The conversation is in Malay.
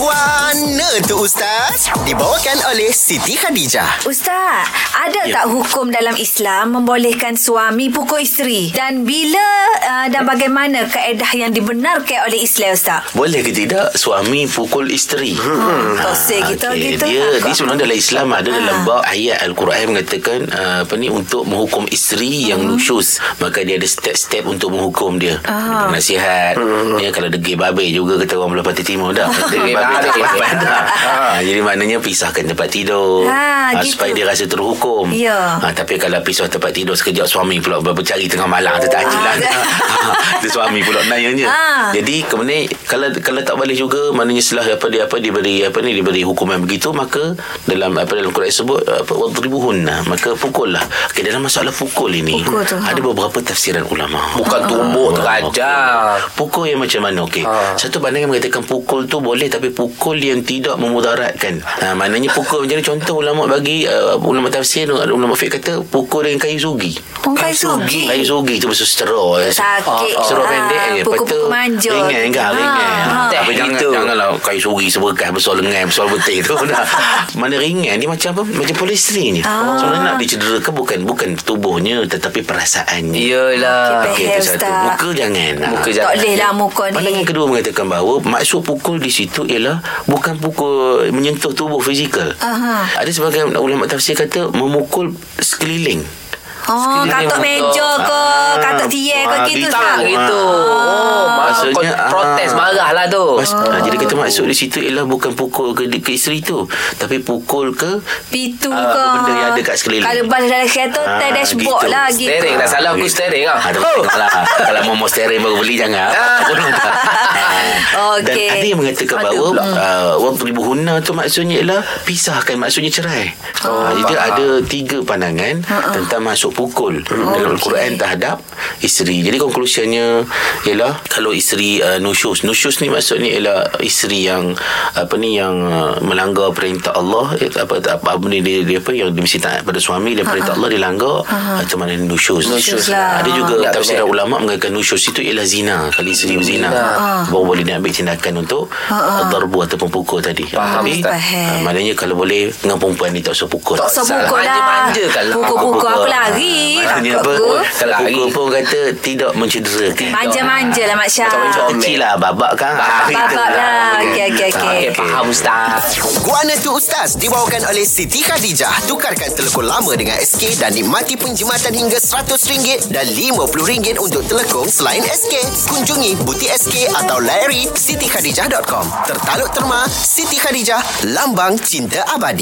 Guana tu Ustaz Dibawakan oleh Siti Khadijah Ustaz, ada Ya. yeah. tak hukum dalam Islam membolehkan suami pukul isteri? Dan bila uh, dan bagaimana kaedah yang dibenarkan oleh Islam, Ustaz? Boleh ke tidak suami pukul isteri? Hmm. Tosik gitu, gitu. Dia, Aku- dia sebenarnya dalam Islam ada Ha. dalam bab ayat Al-Quran mengatakan uh, apa ni untuk menghukum isteri yang nusyus. Maka dia ada step-step untuk menghukum dia. Hmm. Ah. Nasihat. Hmm. Ya, kalau degil babe juga kata orang belah pantai timur dah. Degil babe tak sempat dah. Ha, Jadi maknanya pisahkan tempat tidur. Ha, Ah, gitu. Supaya dia rasa terhukum. Ya. Ah, tapi kalau pisah tempat tidur sekejap suami pula bercari tengah malam. Dia tak ajilan. Dia Ah, suami pula nayanya. Ah. Jadi kemudian kalau kalau tak boleh juga maknanya setelah apa dia apa diberi apa ni diberi hukuman begitu maka dalam apa dalam Quran sebut apa wadribuhunna maka pukullah. Okey dalam masalah pukul ini Pukul tu, ada ha. Ah. beberapa tafsiran ulama. Bukan tumbuk, terajang. Pukul yang macam mana okey. Ha. Satu pandangan mengatakan pukul tu boleh tapi pukul yang tidak memudaratkan. Ha, maknanya pukul macam mana contoh ulama bagi uh, ulama tafsir ulama fiqh kata pukul dengan kayu sugi. Ah, Pungkai sugi. Kayu sugi tu bersesterah. Sakit. Seruh Ah, pendek je Lepas pukul-pukul tu manja. Ringan kan Ah, Ringan ah. Tapi Teh jangan gitu. Janganlah kayu suri Sebekas besar lengan Besar betik tu dah. Mana ringan Dia macam apa Macam polistrin je Ah. Sebenarnya nak dicederakan Bukan bukan tubuhnya Tetapi perasaannya Iyalah. Ah, Okey, Okey itu satu Ustaz. Muka jangan Muka Ah. jangan. Tak boleh lah muka ni. Pandangan kedua mengatakan bahawa maksud pukul di situ ialah bukan pukul menyentuh tubuh fizikal. Aha. Ada sebagian ulama tafsir kata memukul sekeliling. Oh, Sekiranya katuk muka. meja ke, Ah, katuk tiar ke ah, gitu, kita Tak Ustaz? lagi. gitu. Oh, maksudnya ah, protes marah lah tu. Mas, oh. Jadi kita maksud di situ ialah bukan pukul ke, ke isteri tu tapi pukul ke Pitu Ah, ke. benda yang ada kat sekeliling. Kalau bas dalam kereta, Ah, ah, dashboard gitu. lah gitu. Steering lah salah aku Gitu. steering lah. Ah, tapi tengoklah. Kalau mau mau steering baru beli jangan. Bunuh tak. Ah. Dan Okey. ada yang mengatakan Ada bahawa pula. ah, wadribu hunna tu maksudnya ialah pisahkan maksudnya cerai. Ah, Jadi faham. ada tiga pandangan tentang masuk pukul dalam Al-Quran terhadap isteri. Jadi konklusiannya ialah kalau isteri ah, nusyus. Nusyus ni maksudnya ialah isteri yang apa ni yang ah, melanggar perintah Allah eh, apa apa, apa ni dia, dia apa yang dia mesti taat pada suami dan perintah Allah dilanggar macam mana nusyus. Nusyus lah. Ada juga Tak tafsiran boleh. ulama mengatakan nusyus itu ialah zina. Kalau isteri Hmm. berzina Ah. baru boleh diambil tindakan untuk darbu ataupun pukul tadi. Faham, Tapi Ha, Ustaz. ah, maknangnya kalau boleh dengan perempuan ni tak usah pukul. Tak usah pukul lah. Manja-manjakan lah. Pukul-pukul apa Ah, lari. Maknanya apa? Takut aku. Kalau Lari. pukul pun kata tidak mencederakan. Manja-manja lah, Mak Syah. Macam kecil lah babak kan. Ah, gitu Ah, Babak lah. Okey, okey, okey. Ah, Okey, faham Ustaz. Guana tu Ustaz Dibawakan oleh Siti Khadijah Tukarkan telekong lama dengan SK Dan nikmati penjimatan hingga RM100 Dan RM50 untuk telekong selain SK Kunjungi butik SK atau layari sitikhadijah.com Tertaluk terma Siti Khadijah Lambang Cinta Abadi